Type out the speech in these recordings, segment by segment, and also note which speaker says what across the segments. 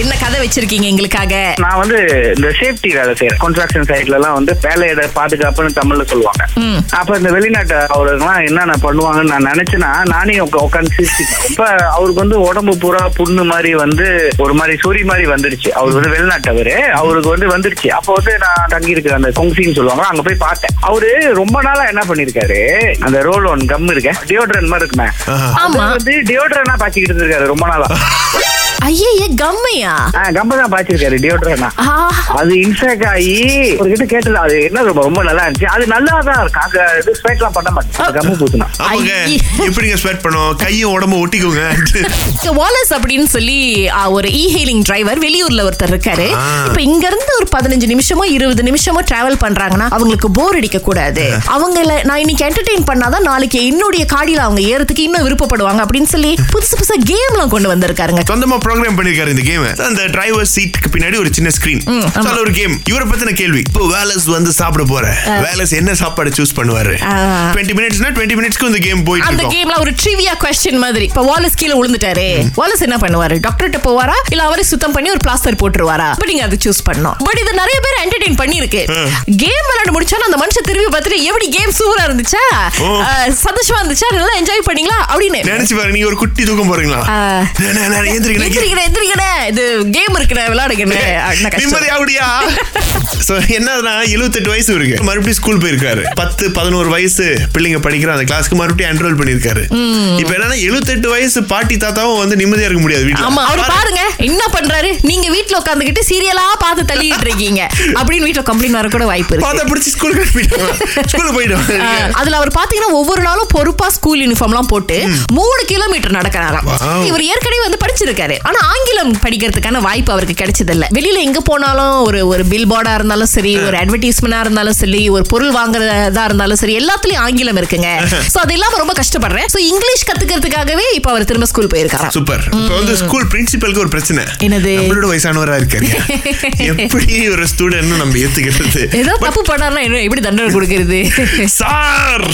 Speaker 1: என்ன கதை வச்சிருக்கீங்க எங்களுக்காக
Speaker 2: நான் வந்து இந்த சேஃப்டி வேலை செய்யறேன் கன்ஸ்ட்ரக்ஷன் சைட்ல எல்லாம் வந்து வேலையிட பாதுகாப்புன்னு தமிழ்ல சொல்லுவாங்க
Speaker 1: ம்.
Speaker 2: அப்ப இந்த வெளிநாட்டு அவருக்குலாம் என்னென்ன பண்ணுவாங்கன்னு நான் நினைச்சேன்னா நானே உக்க- உட்காந்து சிரிச்சிட்டேன் இப்ப அவருக்கு வந்து உடம்பு பூரா புண்ணு மாதிரி வந்து ஒரு மாதிரி சொறி மாதிரி வந்துடுச்சு அவர் வந்து வெளிநாட்டவர் அவருக்கு வந்து வந்துடுச்சு அப்போ வந்து நான் தங்கி இருக்கிற அந்த கொங்சின்னு சொல்லுவாங்க அங்க போய் பார்த்தேன் அவரு ரொம்ப நாளா என்ன பண்ணிருக்காரு அந்த ரோல் ஒன் கம் இருக்க டியோட்ரன் மாதிரி இருக்குமே
Speaker 1: ஆமா
Speaker 2: அது வந்து டியோட்ரனா பாய்ச்சிக்கிட்டு இருக்காரு ரொம்ப நாளா
Speaker 1: ஐயே கம்மையா
Speaker 2: கம்ப தான் பாய்ச்சிருக்காரு டியோட்ரனா
Speaker 1: ஆ,
Speaker 2: அது இன்ஃபேக்ட் ஆகி ஒருகிட்ட கேட்டது அது என்ன ரொம்ப ரொம்ப நல்லா இருந்துச்சு அது நல்லா தான் இருக்கு அங்க இது ஸ்பேட்லாம் பண்ண மாட்டேன் கம்மு பூத்துனா
Speaker 3: ஆமாங்க
Speaker 1: ஐயே.
Speaker 3: எப்படிங்க ஸ்பெட் பண்ணும் கையும் உடம்பு ஒட்டிக்குங்க
Speaker 1: இங்க வாலஸ் அப்படின்னு சொல்லி ஆ, ஒரு இ ஹெயிலிங் டிரைவர் வெளியூர்ல ஒருத்தர் இருக்காரு
Speaker 3: ஆ.
Speaker 1: இப்ப இங்க இருந்து ஒரு பதினஞ்சு நிமிஷமோ இருபது நிமிஷமோ டிராவல் பண்றாங்கன்னா அவங்களுக்கு போர் அடிக்க கூடாது அவங்கள நான் இன்னைக்கு என்டர்டெயின் பண்ணாதான் நாளைக்கு என்னுடைய காடியில அவங்க ஏறதுக்கு இன்னும் விருப்பப்படுவாங்க அப்படின்னு சொல்லி புதுசு புதுசா கேம்லாம் கொண்டு வந்திருக்காருங்க
Speaker 3: சொந்தமா ப்ரோக்ராம் பண்ணிருக்காரு இந்த கேம் அந்த டிரைவர் சீட்டுக்கு பின்னாடி ஒரு சின்ன ஸ்கிரீன் அதுல ஒரு கேம் இவரை பத்தின கேள்வி இப்போ வேலஸ் வந்து சாப்பிட போற வேலஸ் என்ன சாப்பாடு சூஸ் பண்ணுவாரு
Speaker 1: ஆ.
Speaker 3: 20 மினிட்ஸ்னா 20 மினிட்ஸ்க்கு இந்த கேம் போயிட்டு
Speaker 1: அந்த
Speaker 3: இருக்கும்
Speaker 1: கேம்ல ஒரு ட்ரிவியா கொஸ்டின் மாதிரி இப்ப வாலஸ் கீழே விழுந்துட்டாரு வாலஸ் என்ன பண்ணுவாரு டாக்டர்கிட்ட போவாரா இல்ல அவரே சுத்தம் பண்ணி ஒரு பிளாஸ்டர் போட்டுருவாரா அப்படி நீங்க அதை சூஸ் பண்ணோம் பட் இது நிறைய பேர் என்டர்டெயின் பண்ணிருக்கு கேம் விளையாட முடிச்சாலும் அந்த மனுஷன் திரும்பி பார்த்துட்டு எப்படி கேம் சூப்பரா இருந்துச்சா
Speaker 3: ஓ.
Speaker 1: அஹ், சந்தோஷமா இருந்துச்சா நல்லா என்ஜாய் பண்ணீங்களா அப்படின்னு
Speaker 3: நினைச்சு பாருங்க நீங்க ஒரு குட்டி தூக்கம் போறீங்களா
Speaker 1: ஆ.
Speaker 3: நான், நான், நான் ஏந்திரிக்கிறேன்
Speaker 1: எந்திரிக்கிறேன் எந்திரிக்கிறேன் இது கேம் இருக்கிற விளையாடுகிறேன்
Speaker 3: நிம்மதியாவுடியா சோ என்னதுன்னா 78 வயசு இருக்கு மறுபடியும் ஸ்கூல் போயிருக்காரு பத்து பதினோரு வயசு பிள்ளைங்க படிக்கிற அந்த கிளாஸ்க்கு மறுபடியும் என்ரோல் பண்ணிருக்காரு இப்போ என்னன்னா 78 வயசு பாட்டி தாத்தாவும் வந்து நிம்மதியா இருக்க முடியாது
Speaker 1: ஆமா அவரு
Speaker 3: வீட்டுல
Speaker 1: பாருங்க என்ன பண்றாரு நீங்க வீட்ல உட்காந்துக்கிட்டு சீரியலா பார்த்து தள்ளிட்டு இருக்கீங்க அப்படின்னு வீட்ல கம்ப்ளைண்ட் வர கூட வாய்ப்பு இருக்கு
Speaker 3: பாத்தா பிடிச்சி ஸ்கூலுக்கு போயிட்டோம் ஸ்கூலுக்கு
Speaker 1: ஆ,
Speaker 3: போயிட்டோம்
Speaker 1: அதுல அவர் பாத்தீங்கன்னா ஒவ்வொரு நாளும் பொறுப்பா ஸ்கூல் யூனிஃபார்ம்லாம் போட்டு மூணு கிலோமீட்டர் நடக்கிறாராம்
Speaker 3: Wow.
Speaker 1: இவர் ஏற்கனவே வந்து படிச்சிருக்காரு ஆனா ஆங்கிலம் படிக்கிறதுக்கான வாய்ப்பு அவருக்கு கிடைச்சது இல்ல வெளியில எங்க போனாலும் ஒரு ஒரு பில் போர்டா இருந்தாலும் சரி ஒரு அட்வர்டைஸ்மெண்டா இருந்தாலும் சரி ஒரு பொருள் வாங்குறதா இருந்தாலும் சரி எல்லாத்துலயும் ஆங்கிலம் இருக்குங்க சோ அது இல்லாம ரொம்ப கஷ்டப்படுறேன் சோ இங்கிலீஷ் கத்துக்கிறதுக்காகவே இப்ப அவர் திரும்ப ஸ்கூல் போயிருக்காராம்
Speaker 3: சூப்பர் இப்போ வந்து ஸ்கூல் பிரின்சிபலுக்கு ஒரு பிரச்சனை
Speaker 1: என்னது?
Speaker 3: நம்மளோட வயசானவரா இருக்காரு எப்படி ஒரு ஸ்டூடெண்ட் நம்ம ஏத்துக்கிறது
Speaker 1: ஏதோ தப்பு பண்ணாருன்னா என்ன எப்படி தண்டனை கொடுக்கிறது
Speaker 3: சார்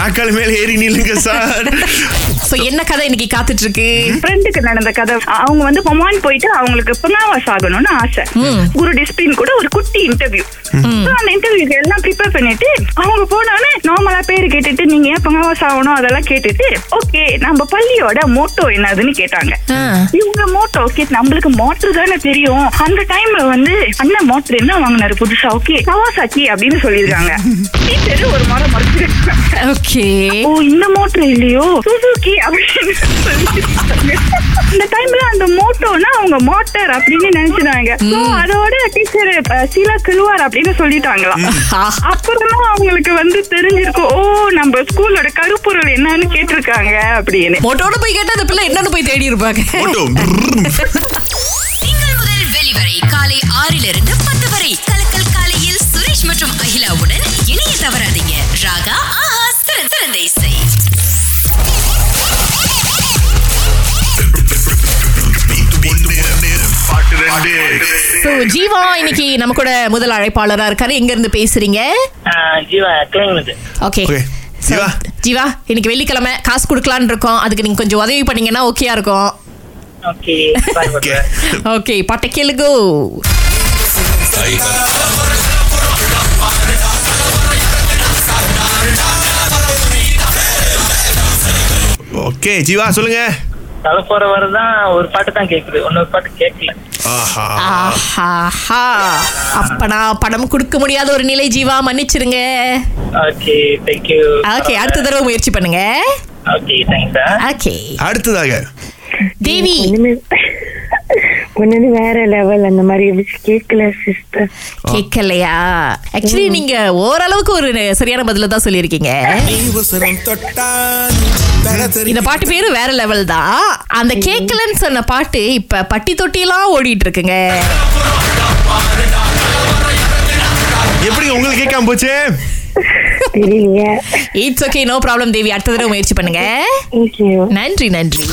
Speaker 3: நாக்கால் மேல ஏறி நில்லுங்க சார்
Speaker 1: சோ என்ன கதை இன்னைக்கு காத்துட்டு இருக்கு
Speaker 4: ஃப்ரெண்டுக்கு நடந்த கதை அவங்க வந்து ஒமான் போயிட்டு அவங்களுக்கு புனாவாஸ் ஆகணும்னு ஆசை குரு டிஸ்பிளின் கூட ஒரு குட்டி இன்டர்வியூ அந்த இன்டர்வியூக்கு எல்லாம் ப்ரிப்பேர் பண்ணிட்டு அவங்க போனோடனே நார்மலா பேர் கேட்டுட்டு நீங்க ஏன் புனாவாஸ் ஆகணும் அதெல்லாம் கேட்டுட்டு ஓகே நம்ம பள்ளியோட மோட்டோ என்னதுன்னு கேட்டாங்க
Speaker 1: ஆ.
Speaker 4: இவங்க மோட்டோ ஓகே நம்மளுக்கு மோட்டர் தானே தெரியும் அந்த டைம்ல வந்து அண்ணன் மோட்டர் என்ன வாங்கினாரு புதுசா ஓகே கவாசாக்கி அப்படின்னு சொல்லியிருக்காங்க டீச்சர் ஒரு முறை மறைச்சிருக்காங்க
Speaker 1: ஓகே
Speaker 4: ஓ இந்த மோட்டர் இல்லையோ சுசுகி அப்படின்னு சொல்லி இந்த டைம்ல அந்த மோட்டோனா அவங்க மோட்டார் அப்படின்னு நினைச்சிட்டாங்க So, அதோட டீச்சர் சீலா கிழுவார் அப்படின்னு சொல்லிட்டாங்களாம் அப்புறமா அவங்களுக்கு வந்து தெரிஞ்சிருக்கு ஓ நம்ம ஸ்கூலோட கருப்பொருள் என்னன்னு கேட்டிருக்காங்க அப்படின்னு
Speaker 1: மோட்டோட போய் கேட்டா அந்த பிள்ளை என்னன்னு போய் தேடி இருப்பாங்க
Speaker 3: ஓட்டோ
Speaker 5: திங்கள் முதல் வெளிவரை காலை ஆறிலிருந்து பத்து வரை கலக்கல் காலையில் சுரேஷ் மற்றும் அகிலாவுடன் இணைய தவறாதீங்க ராகா ஆஹா சிறந்த சிறந்த இசை
Speaker 1: சோ ஜீவா இன்னைக்கு நம்ம கூட முதல் அழைப்பாளரா இருக்காரு எங்க இருந்து பேசுறீங்க
Speaker 6: ஜீவா கிளம்புது
Speaker 1: okay
Speaker 3: Okay.
Speaker 1: So,
Speaker 3: Jeeva.
Speaker 1: Jeeva இன்னைக்கு வெள்ளிக்கிழமை காசு கொடுக்கலான்னு இருக்கோம் அதுக்கு நீங்க கொஞ்சம் உதவி பண்ணீங்கன்னா ஓகேயா இருக்கும்
Speaker 6: ஓகே
Speaker 1: ஓகே பாட்டை கேளுகோ
Speaker 3: ஓகே ஜீவா சொல்லுங்க
Speaker 6: தலை போற வரதான் ஒரு பாட்டு தான் கேக்குது இன்னொரு பாட்டு கேட்கல
Speaker 3: ஆஹா
Speaker 1: ஆஹாஹா அப்ப நான் பணம் கொடுக்க முடியாத ஒரு நிலை ஜீவா மன்னிச்சிருங்க
Speaker 6: ஓகே தேங்க்யூ
Speaker 1: ஓகே அடுத்த தடவை முயற்சி பண்ணுங்க
Speaker 6: ஓகே தேங்க்ஸ்
Speaker 1: ஓகே
Speaker 3: அடுத்ததாக
Speaker 1: தேவி
Speaker 7: ஒண்ணுமே ஒண்ணுமே வேற லெவல் அந்த மாதிரி இருந்துச்சு கேட்கல சிஸ்டர்
Speaker 1: கேட்கலையா ஆக்சுவலி நீங்க ஓரளவுக்கு ஒரு சரியான பதில தான் சொல்லியிருக்கீங்க இந்த பாட்டு பேரு வேற லெவல் தான் அந்த கேட்கலன்னு சொன்ன பாட்டு இப்ப பட்டி தொட்டிலாம் ஓடிட்டு இருக்குங்க
Speaker 3: எப்படி உங்களுக்கு கேட்காம போச்சு
Speaker 7: தெரியலையே
Speaker 1: it's okay no problem Devi அடுத்த தடவை முயற்சி பண்ணுங்க
Speaker 7: தேங்க்யூ
Speaker 1: நன்றி நன்றி